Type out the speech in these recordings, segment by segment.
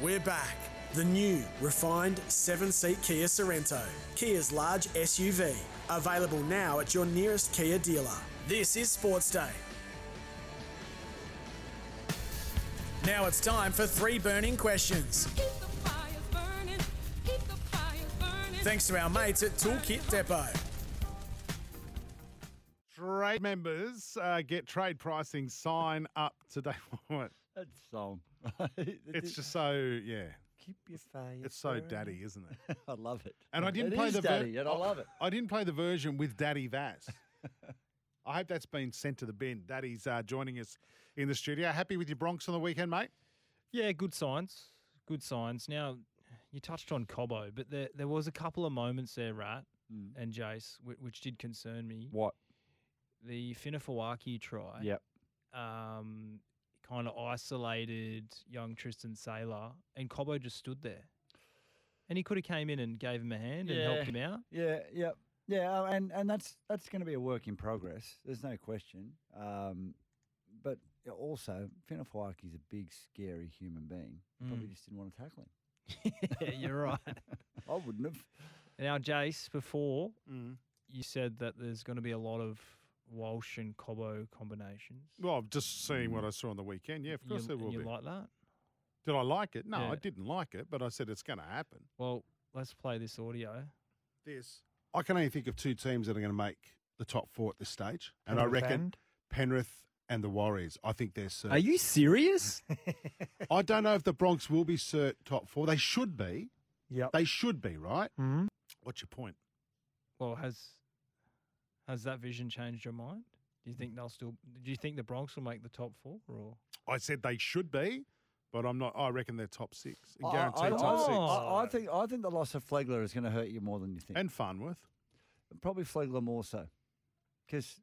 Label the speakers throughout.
Speaker 1: We're back. The new, refined 7 seat Kia Sorrento, Kia's large SUV. Available now at your nearest Kia dealer. This is Sports Day. Now it's time for three burning questions.
Speaker 2: Keep the fires burning. Keep the fires burning.
Speaker 1: Thanks to our mates at Toolkit Depot.
Speaker 3: Trade members uh, get trade pricing sign up today. What?
Speaker 4: That song.
Speaker 3: it's just so yeah.
Speaker 4: keep your face.
Speaker 3: It's so daddy, isn't it?
Speaker 4: I love it.
Speaker 3: And I didn't
Speaker 4: It
Speaker 3: play
Speaker 4: is
Speaker 3: the ver-
Speaker 4: daddy, and I love it.
Speaker 3: I didn't play the version with Daddy Vaz. I hope that's been sent to the bin. Daddy's uh, joining us in the studio. Happy with your Bronx on the weekend, mate?
Speaker 5: Yeah, good signs. Good signs. Now, you touched on Cobbo, but there, there was a couple of moments there, Rat
Speaker 3: Mm.
Speaker 5: and Jace, which, which did concern me.
Speaker 4: What?
Speaker 5: The Finafawaki try,
Speaker 4: Yep.
Speaker 5: um, kind of isolated young Tristan Saylor, and Cobbo just stood there. And he could have came in and gave him a hand and helped him out.
Speaker 4: Yeah, yeah, yeah, uh, and and that's that's going to be a work in progress. There's no question. Um, but also, Finofwaki is a big, scary human being.
Speaker 3: Mm.
Speaker 4: Probably just didn't want to tackle him.
Speaker 5: yeah, you're right.
Speaker 4: I wouldn't have.
Speaker 5: Now, Jace, before
Speaker 3: Mm.
Speaker 5: you said that there's going to be a lot of Walsh and Cobbo combinations.
Speaker 3: Well, I'm just seeing what I saw on the weekend. Yeah, of course
Speaker 5: you,
Speaker 3: there will
Speaker 5: you
Speaker 3: be.
Speaker 5: like that?
Speaker 3: Did I like it? No, I
Speaker 5: Yeah.
Speaker 3: didn't like it, but I said it's going to happen.
Speaker 5: Well, let's play this audio.
Speaker 3: This.
Speaker 6: I can only think of two teams that are going to make the top four at this stage, and I reckon Penrith and the Warriors. I think they're cert.
Speaker 7: Are you serious?
Speaker 6: I don't know if the Bronx will be cert top four. They should be.
Speaker 7: Yep.
Speaker 6: They should be, right?
Speaker 7: Mm-hmm.
Speaker 3: What's your point?
Speaker 5: Well, has has that vision changed your mind? Do you think they'll still? Do you think the Bronx will make the top four? Or
Speaker 3: I said they should be, but I'm not. I reckon they're top six.
Speaker 4: I- I-
Speaker 3: Guaranteed
Speaker 4: I,
Speaker 3: top six.
Speaker 4: I- I think I think the loss of Flegler is going to hurt you more than you think.
Speaker 3: And Farnworth.
Speaker 4: probably Flegler more so, because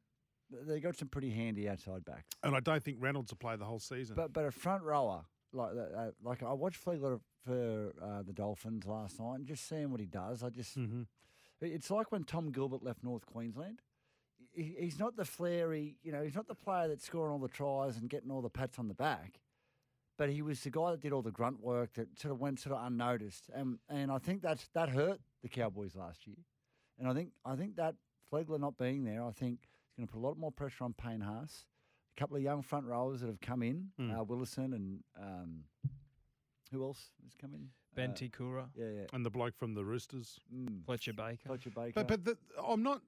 Speaker 4: they got some pretty handy outside backs.
Speaker 3: And I don't think Reynolds will play the whole season.
Speaker 4: But but a front rower like that, uh, like I watched Flegler for uh, the Dolphins last night, and just seeing what he does, I just
Speaker 3: Mhm.
Speaker 4: it- it's like when Tom Gilbert left North Queensland. He, he's not the flary, you know, he's not the player that's scoring all the tries and getting all the pats on the back. But he was the guy that did all the grunt work that sort of went sort of unnoticed, and and I think that's that hurt the Cowboys last year, and I think I think that Flegler not being there, I think it's going to put a lot more pressure on Payne Haas a couple of young front rowers that have come in, uh, Willison and um, who else has come in?
Speaker 5: Ben
Speaker 4: Uh,
Speaker 5: Tikura,
Speaker 4: yeah, yeah.
Speaker 3: and the bloke from the Roosters.
Speaker 4: Mm.
Speaker 5: Fletcher Baker?
Speaker 4: Fletcher Baker.
Speaker 3: But but the, I'm not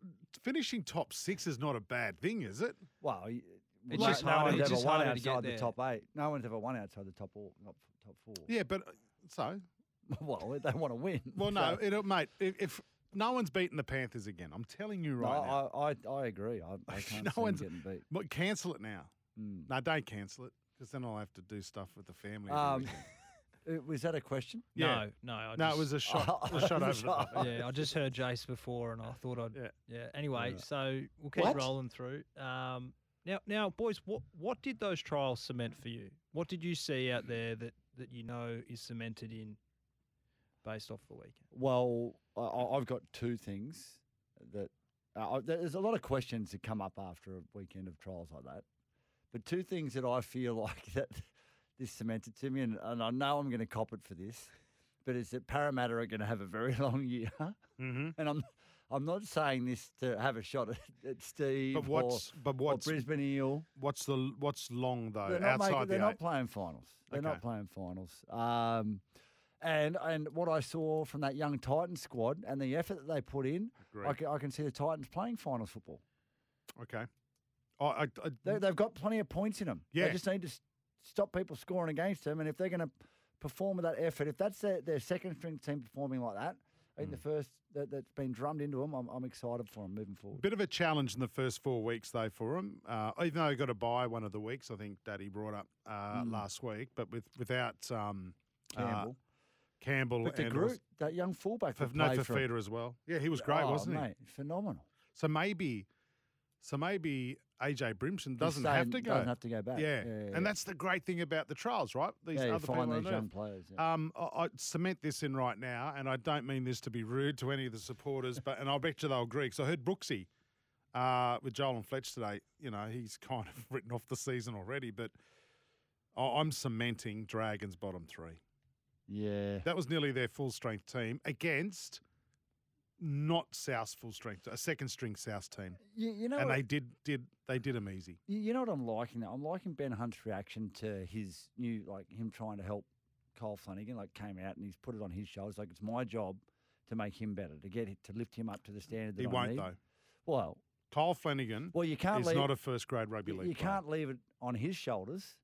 Speaker 3: finishing top six is not a bad thing, is it?
Speaker 4: wow, y-
Speaker 5: It's
Speaker 4: no,
Speaker 5: just
Speaker 4: no
Speaker 5: harder-
Speaker 4: one's
Speaker 5: it's
Speaker 4: ever
Speaker 5: just
Speaker 4: won
Speaker 5: harder to get
Speaker 4: outside the
Speaker 5: there.
Speaker 4: top eight. No one's ever won outside the top four. Top, top four.
Speaker 3: Yeah, but uh, so
Speaker 4: well, they want to win.
Speaker 3: well,
Speaker 4: so-
Speaker 3: no, it'll, mate. If, if no one's beaten the Panthers again, I'm telling you
Speaker 4: No,
Speaker 3: right now.
Speaker 4: I, I, I agree. I, I can't
Speaker 3: No
Speaker 4: see 'em
Speaker 3: one's-
Speaker 4: getting beat.
Speaker 3: But cancel it now.
Speaker 4: Mm.
Speaker 3: No, don't cancel it because then I'll have to do stuff with the family. every
Speaker 4: Um,
Speaker 3: weekend.
Speaker 4: uh, was that a question?
Speaker 3: yeah.
Speaker 5: No, no, I
Speaker 3: no,
Speaker 5: just,
Speaker 3: it was a shot. it was a shot
Speaker 4: It
Speaker 3: over
Speaker 4: was
Speaker 3: the
Speaker 4: a shot.
Speaker 3: top.
Speaker 5: yeah, I just heard Jace before, and I thought I'd
Speaker 3: Yeah.
Speaker 5: yeah. Anyway, so we'll keep
Speaker 7: What?
Speaker 5: rolling through. Um, now, now, boys, what what did those trials cement for you? What did you see out there that that you know is cemented in, based off the weekend?
Speaker 4: Well, I- I, I've got two things that uh, I- there's a lot of questions that come up after a weekend of trials like that, but two things that I feel like that this cemented to me, and, and I know I'm going to cop it for this, but is that Parramatta are going to have a very long year,
Speaker 3: Mhm.
Speaker 4: and I'm I'm not saying this to have a shot at, at Steve
Speaker 3: But what's but
Speaker 4: or, or
Speaker 3: what's
Speaker 4: Brisbane Eel.
Speaker 3: what's the what's long though
Speaker 4: They're not, making,
Speaker 3: outside
Speaker 4: they're
Speaker 3: the
Speaker 4: not
Speaker 3: eight?
Speaker 4: playing finals. They're
Speaker 3: Okay.
Speaker 4: not playing finals. Um, and and what I saw from that young Titans squad and the effort that they put in, I
Speaker 3: Agreed.
Speaker 4: can, I can see the Titans playing finals football.
Speaker 3: Okay. I, I, I-
Speaker 4: They, they've got plenty of points in them.
Speaker 3: Yeah.
Speaker 4: They just need to s- stop people scoring against them. And if they're going to perform with that effort, if that's their, their second string team performing like that, I think the
Speaker 3: Hmm.
Speaker 4: first that, that's been drummed into them, I'm, I'm excited for them moving forward.
Speaker 3: Bit of a challenge in the first four weeks, though, for him. Uh, even though he got a buy one of the weeks, I think Daddy brought up uh, last week, but with without um, uh,
Speaker 4: Hmm. Campbell.
Speaker 3: Campbell
Speaker 4: but the
Speaker 3: and
Speaker 4: group, that young fullback,
Speaker 3: also,
Speaker 4: that
Speaker 3: no
Speaker 4: played for 'em.
Speaker 3: Fafita as well. Yeah, he was great,
Speaker 4: Oh,
Speaker 3: wasn't
Speaker 4: mate, Phenomenal.
Speaker 3: he? So maybe, so maybe AJ Brimson
Speaker 4: He's
Speaker 3: doesn't
Speaker 4: staying-
Speaker 3: have to go.
Speaker 4: Doesn't have to go back.
Speaker 3: yeah.
Speaker 4: yeah, yeah.
Speaker 3: and that's the great thing about the trials, right? These
Speaker 4: yeah, you
Speaker 3: other people
Speaker 4: find
Speaker 3: on
Speaker 4: these
Speaker 3: earth.
Speaker 4: young players. yeah.
Speaker 3: Um, I, I cement this in right now, and I don't mean this to be rude to any of the supporters, but and I bet you they'll agree. Because I heard Brooksy uh, with Joel and Fletch today. You know, he's kind of written off the season already, but I, I'm cementing Dragons bottom three.
Speaker 4: Yeah.
Speaker 3: That was nearly their full strength team against not South's full strength, a second string South team,
Speaker 4: You, you know
Speaker 3: and
Speaker 4: what?
Speaker 3: they did did they did them easy.
Speaker 4: You, you know what I'm liking? Though? I'm liking Ben Hunt's reaction to his new, like him trying to help Kyle Flanagan, like came out and he's put it on his shoulders. Like it's my job to make him better, to get it, to lift him up to the standard that
Speaker 3: He
Speaker 4: I
Speaker 3: won't
Speaker 4: need.
Speaker 3: though.
Speaker 4: Well,
Speaker 3: Kyle Flanagan
Speaker 4: well, you can't
Speaker 3: is
Speaker 4: leave.
Speaker 3: not a first grade rugby
Speaker 4: you,
Speaker 3: league.
Speaker 4: you
Speaker 3: player.
Speaker 4: can't leave it on his shoulders.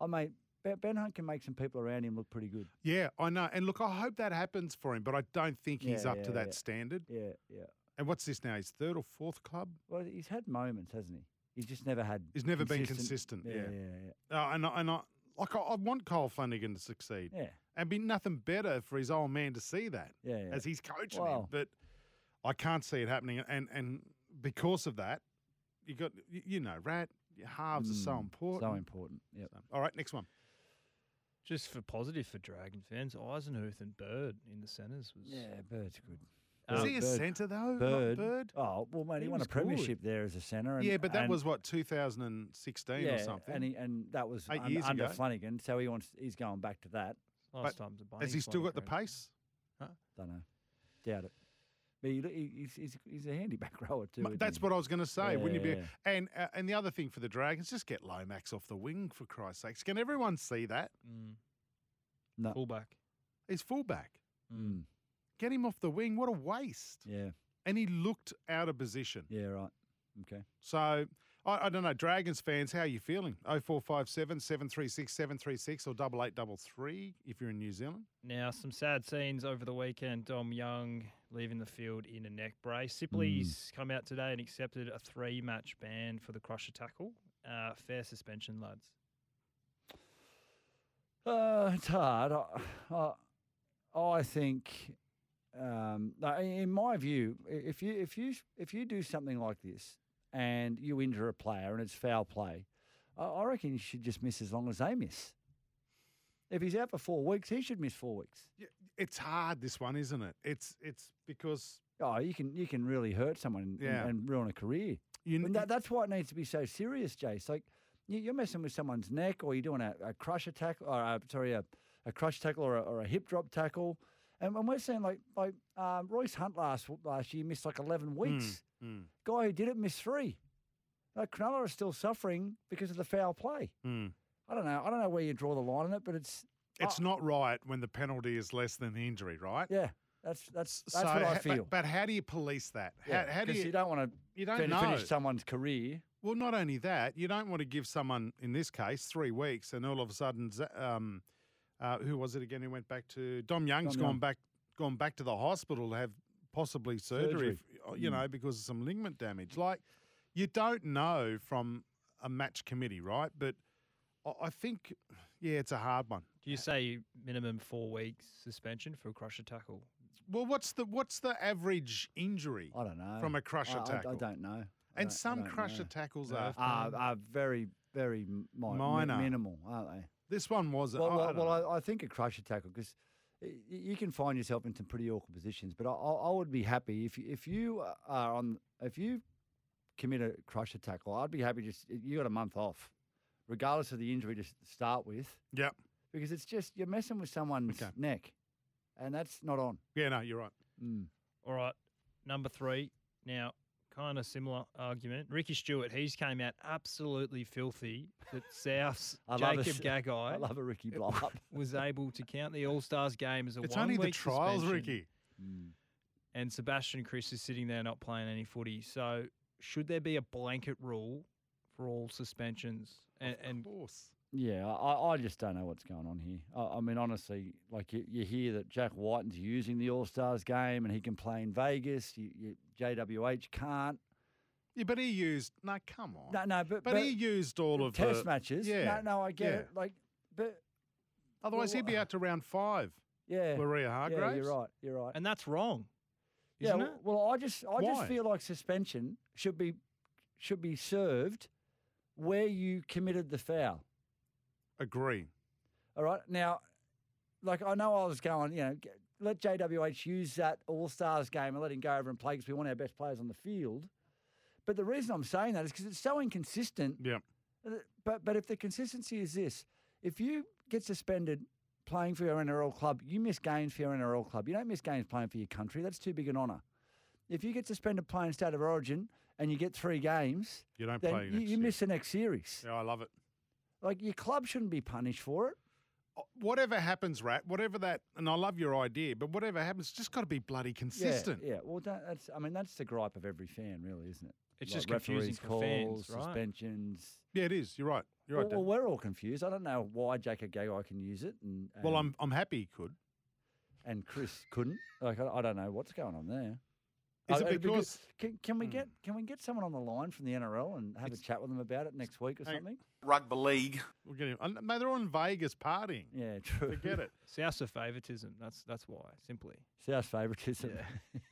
Speaker 4: I mean, Ben- Ben Hunt can make some people around him look pretty good.
Speaker 3: Yeah, I know. And look, I hope that happens for him, but I don't think he's
Speaker 4: Yeah,
Speaker 3: up to
Speaker 4: yeah,
Speaker 3: that
Speaker 4: yeah.
Speaker 3: standard.
Speaker 4: Yeah, yeah.
Speaker 3: And what's this now? His third or fourth club?
Speaker 4: Well, he's had moments, hasn't he? He's just never had.
Speaker 3: He's never been consistent,
Speaker 4: Yeah,
Speaker 3: yeah.
Speaker 4: yeah,
Speaker 3: Uh, and I- and I like I, I want Kyle Flanagan to succeed,
Speaker 4: yeah.
Speaker 3: and be nothing better for his old man to see that
Speaker 4: Yeah, yeah.
Speaker 3: as he's coaching him.
Speaker 4: Wow.
Speaker 3: But I can't see it happening, and and because of that, you got you, you know, rat your halves are so
Speaker 4: Mm,
Speaker 3: important.
Speaker 4: So important. Yep.
Speaker 3: All right, next one.
Speaker 5: Just for positive for Dragon fans, Eisenhuth and Bird in the centres was.
Speaker 4: Yeah, Bird's good.
Speaker 3: Is
Speaker 5: Um,
Speaker 3: he a
Speaker 4: Uh, Bird-
Speaker 3: centre though? Not
Speaker 4: Bird.
Speaker 3: Bird.
Speaker 4: Oh well, mate, he,
Speaker 5: He
Speaker 4: won a
Speaker 5: was good.
Speaker 4: premiership there as a centre. And,
Speaker 3: yeah, but that
Speaker 4: and-
Speaker 3: was what 2016
Speaker 4: yeah,
Speaker 3: or something.
Speaker 4: and he, and that was
Speaker 3: Eight
Speaker 4: un-
Speaker 3: years
Speaker 4: under
Speaker 3: ago.
Speaker 4: Flanagan, so he wants he's going back to that.
Speaker 5: Last
Speaker 3: but
Speaker 5: time's a bunny.
Speaker 3: Has he still
Speaker 5: flying
Speaker 3: got the
Speaker 5: around.
Speaker 3: pace?
Speaker 4: Don't know, doubt it. But he, he- he's, he's he's a handy back rower too.
Speaker 3: Ma-
Speaker 4: isn't
Speaker 3: That's
Speaker 4: he?
Speaker 3: what I was going to say. Wouldn't you be?
Speaker 4: Yeah.
Speaker 3: And uh, and the other thing for the Dragons, just get Lomax off the wing for Christ's sakes. Can everyone see that?
Speaker 5: Mm.
Speaker 4: No.
Speaker 5: Fullback.
Speaker 3: He's fullback.
Speaker 4: Mm,
Speaker 3: Get him off the wing. What a waste.
Speaker 4: yeah,
Speaker 3: And he looked out of position.
Speaker 4: yeah, right. Okay.
Speaker 3: So I, I don't know, Dragons fans, how are you feeling? 0457 736 736 or double eight double three if you're in New Zealand.
Speaker 5: Now, some sad scenes over the weekend. Dom Young leaving the field in a neck brace.
Speaker 4: Mm.
Speaker 5: Sipley's come out today and accepted a three match ban for the crusher tackle. Uh, fair suspension, lads.
Speaker 4: Uh, it's hard. I, I, I think, um, no, i- in my view, i- if you if you if you do something like this and you injure a player and it's foul play, I, I reckon you should just miss as long as they miss. If he's out for four weeks, he should miss four weeks.
Speaker 3: It's hard, this one, isn't it? It's it's because
Speaker 4: Oh, you can you can really hurt someone and,
Speaker 3: Yeah.
Speaker 4: and ruin a career.
Speaker 3: you
Speaker 4: And that, that's why it needs to be so serious, Jace. Like you- you're messing with someone's neck, or you're doing a, a crush attack, or a, sorry, a, a crush tackle, or a, or a hip drop tackle. And, and we're seeing like like um, Royce Hunt last last year missed like 11 weeks.
Speaker 3: mm,
Speaker 4: Guy who did it missed three. Like Cronulla is still suffering because of the foul play.
Speaker 3: mm.
Speaker 4: I don't know. I don't know where you draw the line on it, but it's
Speaker 3: it's
Speaker 4: Oh.
Speaker 3: not right when the penalty is less than the injury, right?
Speaker 4: yeah. That's that's that's
Speaker 3: So
Speaker 4: what
Speaker 3: ha-
Speaker 4: I feel.
Speaker 3: But, but how do you police that?
Speaker 4: Yeah,
Speaker 3: how, how do
Speaker 4: 'cause
Speaker 3: you?
Speaker 4: don't want
Speaker 3: you
Speaker 4: to
Speaker 3: don't
Speaker 4: fin-
Speaker 3: know.
Speaker 4: finish someone's career.
Speaker 3: well, not only that, you don't want to give someone, in this case, three weeks, and all of a sudden, Z- um, uh, who was it again? Who went back to Dom Young's
Speaker 4: Dom
Speaker 3: gone
Speaker 4: Young.
Speaker 3: back, gone back to the hospital to have possibly surgery, if- uh, you
Speaker 4: Mm.
Speaker 3: know, because of some ligament damage. Like you don't know from a match committee, right? But I- I think, yeah, it's a hard one.
Speaker 5: Do you say minimum four weeks suspension for a crusher tackle?
Speaker 3: Well, what's the what's the average injury?
Speaker 4: I don't know.
Speaker 3: From a crusher
Speaker 4: I- I-
Speaker 3: tackle.
Speaker 4: I, don't know. I don't- I
Speaker 3: and some
Speaker 4: don't
Speaker 3: crusher
Speaker 4: know.
Speaker 3: tackles
Speaker 5: Yeah.
Speaker 3: are
Speaker 4: are, are Ah, very, very mi- mi-
Speaker 3: Minor.
Speaker 4: minimal, aren't they?
Speaker 3: This one was.
Speaker 4: Well,
Speaker 3: I- I
Speaker 4: well,
Speaker 3: don't
Speaker 4: well
Speaker 3: know.
Speaker 4: I, I think a crusher tackle because you can find yourself in some pretty awkward positions. But I, I, I would be happy if you- if you uh, are on if you commit a crusher tackle, I'd be happy just you got a month off, regardless of the injury to s- start with,
Speaker 3: yep.
Speaker 4: because it's just you're messing with someone's
Speaker 3: Okay.
Speaker 4: neck, and that's not on.
Speaker 3: Yeah, no, you're right.
Speaker 4: Mm.
Speaker 5: All right, number three. Now, kind of similar argument. Ricky Stewart, he's came out absolutely filthy that South's
Speaker 4: I love a
Speaker 5: Jacob
Speaker 4: s-
Speaker 5: Gagai
Speaker 4: I love a Ricky blow up.
Speaker 5: was able to count the All Stars game as a
Speaker 3: It's
Speaker 5: one
Speaker 3: only the
Speaker 5: week
Speaker 3: trials,
Speaker 5: suspension,
Speaker 3: Ricky.
Speaker 4: Mm.
Speaker 5: And Sebastian Chris is sitting there not playing any footy. So, should there be a blanket rule for all suspensions? And, and
Speaker 3: course.
Speaker 4: Yeah, I, I just don't know what's going on here. I, I mean, honestly, like you, you hear that Jack Whiten's using the All Stars game and he can play in Vegas. You, you, JWH can't.
Speaker 3: Yeah, but he used. No, come on.
Speaker 4: No, no, but,
Speaker 3: Oh. but, he used all of
Speaker 4: test
Speaker 3: the
Speaker 4: matches.
Speaker 3: Yeah.
Speaker 4: No, no, I get
Speaker 3: yeah.
Speaker 4: it. Like, but
Speaker 3: Otherwise, he'd be out to round five.
Speaker 4: yeah,
Speaker 3: Maria Hargraves.
Speaker 4: yeah, you're right. You're right.
Speaker 5: and that's wrong,
Speaker 4: yeah.
Speaker 5: isn't
Speaker 4: well-
Speaker 5: it?
Speaker 4: Well, I just, I
Speaker 3: Why?
Speaker 4: just feel like suspension should be, should be served where you committed the foul.
Speaker 3: Agree.
Speaker 4: All right. Now, like I know I was going, you know, g- let JWH use that All Stars game and let him go over and play because we want our best players on the field. But the reason I'm saying that is because it's so inconsistent. Uh,
Speaker 3: Yeah.
Speaker 4: But but if the consistency is this, if you get suspended playing for your NRL club. You miss games for your NRL club. You don't miss games playing for your country. That's too big an honour. If you get suspended playing State of Origin and you get three games,
Speaker 3: You don't
Speaker 4: then
Speaker 3: play
Speaker 4: you,
Speaker 3: next
Speaker 4: you
Speaker 3: year.
Speaker 4: miss the next series.
Speaker 3: Yeah, I love it.
Speaker 4: Like your club shouldn't be punished for it.
Speaker 3: Uh, Whatever happens, Rat, whatever that, and I love your idea, but whatever happens, it's just got to be bloody consistent.
Speaker 4: Yeah, yeah. well, that, that's I mean that's the gripe of every fan, really, isn't it?
Speaker 5: It's
Speaker 4: Like
Speaker 5: just confusing
Speaker 4: referees'
Speaker 5: for fans,
Speaker 4: calls,
Speaker 5: right?
Speaker 4: suspensions.
Speaker 3: Yeah, it is. You're right. You're right.
Speaker 4: well, well,
Speaker 3: Dan.
Speaker 4: we're all confused. I don't know why Jacob Gagai can use it, and, and
Speaker 3: Well, I'm I'm happy he could.
Speaker 4: and Chris couldn't. Like I, I don't know what's going on there.
Speaker 3: Is it
Speaker 4: I- it'd be good-
Speaker 3: because Hmm.
Speaker 4: can, can we get can we get someone on the line from the NRL and have a chat with them about it next week or
Speaker 3: hang-
Speaker 4: something?
Speaker 7: Rugby league.
Speaker 3: we're getting? uh, Mate, they're all in Vegas partying.
Speaker 4: Yeah, true.
Speaker 3: Forget it.
Speaker 5: It's the house of favoritism. That's that's why. Simply.
Speaker 4: South favouritism.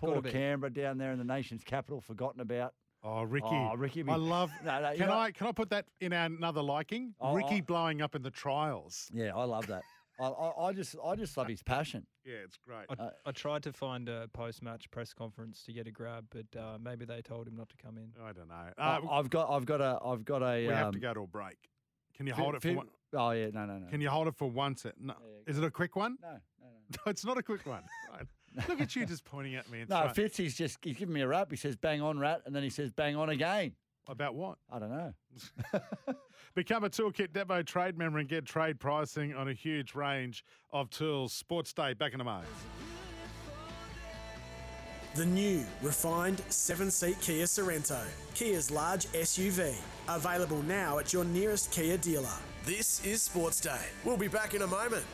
Speaker 5: gotta
Speaker 4: Poor
Speaker 5: be.
Speaker 4: Canberra down there in the nation's capital, forgotten about.
Speaker 3: Oh, Ricky.
Speaker 4: Oh, Ricky,
Speaker 3: I
Speaker 4: we-
Speaker 3: love.
Speaker 4: No, no, Uh, you
Speaker 3: can
Speaker 4: know-
Speaker 3: I can I put that in our another liking?
Speaker 4: Oh,
Speaker 3: Ricky
Speaker 4: I-
Speaker 3: blowing up in the trials.
Speaker 4: Yeah, I love that. I, I, I just I just love his passion.
Speaker 3: Yeah, it's great.
Speaker 5: I,
Speaker 4: Uh,
Speaker 5: I tried to find a post-match press conference to get a grab, but uh, maybe they told him not to come in.
Speaker 3: I, don't know. Uh,
Speaker 4: I, I've got I've got a I've got a.
Speaker 3: we
Speaker 4: Oh, um,
Speaker 3: have to go to a break. Can you hold it for
Speaker 4: fi-
Speaker 3: one?
Speaker 4: Oh yeah, no no no.
Speaker 3: Can you hold it for one sec? No.
Speaker 4: Yeah, yeah,
Speaker 3: Is it a quick one?
Speaker 4: no no no.
Speaker 3: No, it's not a quick one. Right. Look at you just pointing at me and
Speaker 4: No,
Speaker 3: saying,
Speaker 4: Fitz, he's just he's giving me a rap. He says bang on rat, and then he says bang on again.
Speaker 3: about what?
Speaker 4: I don't know.
Speaker 3: Become a Toolkit Depot trade member and get trade pricing on a huge range of tools. Sports Day back in a moment.
Speaker 1: The new refined 7-seat Kia Sorrento, Kia's large SUV, available now at your nearest Kia dealer.
Speaker 8: This is Sports Day. We'll be back in a moment.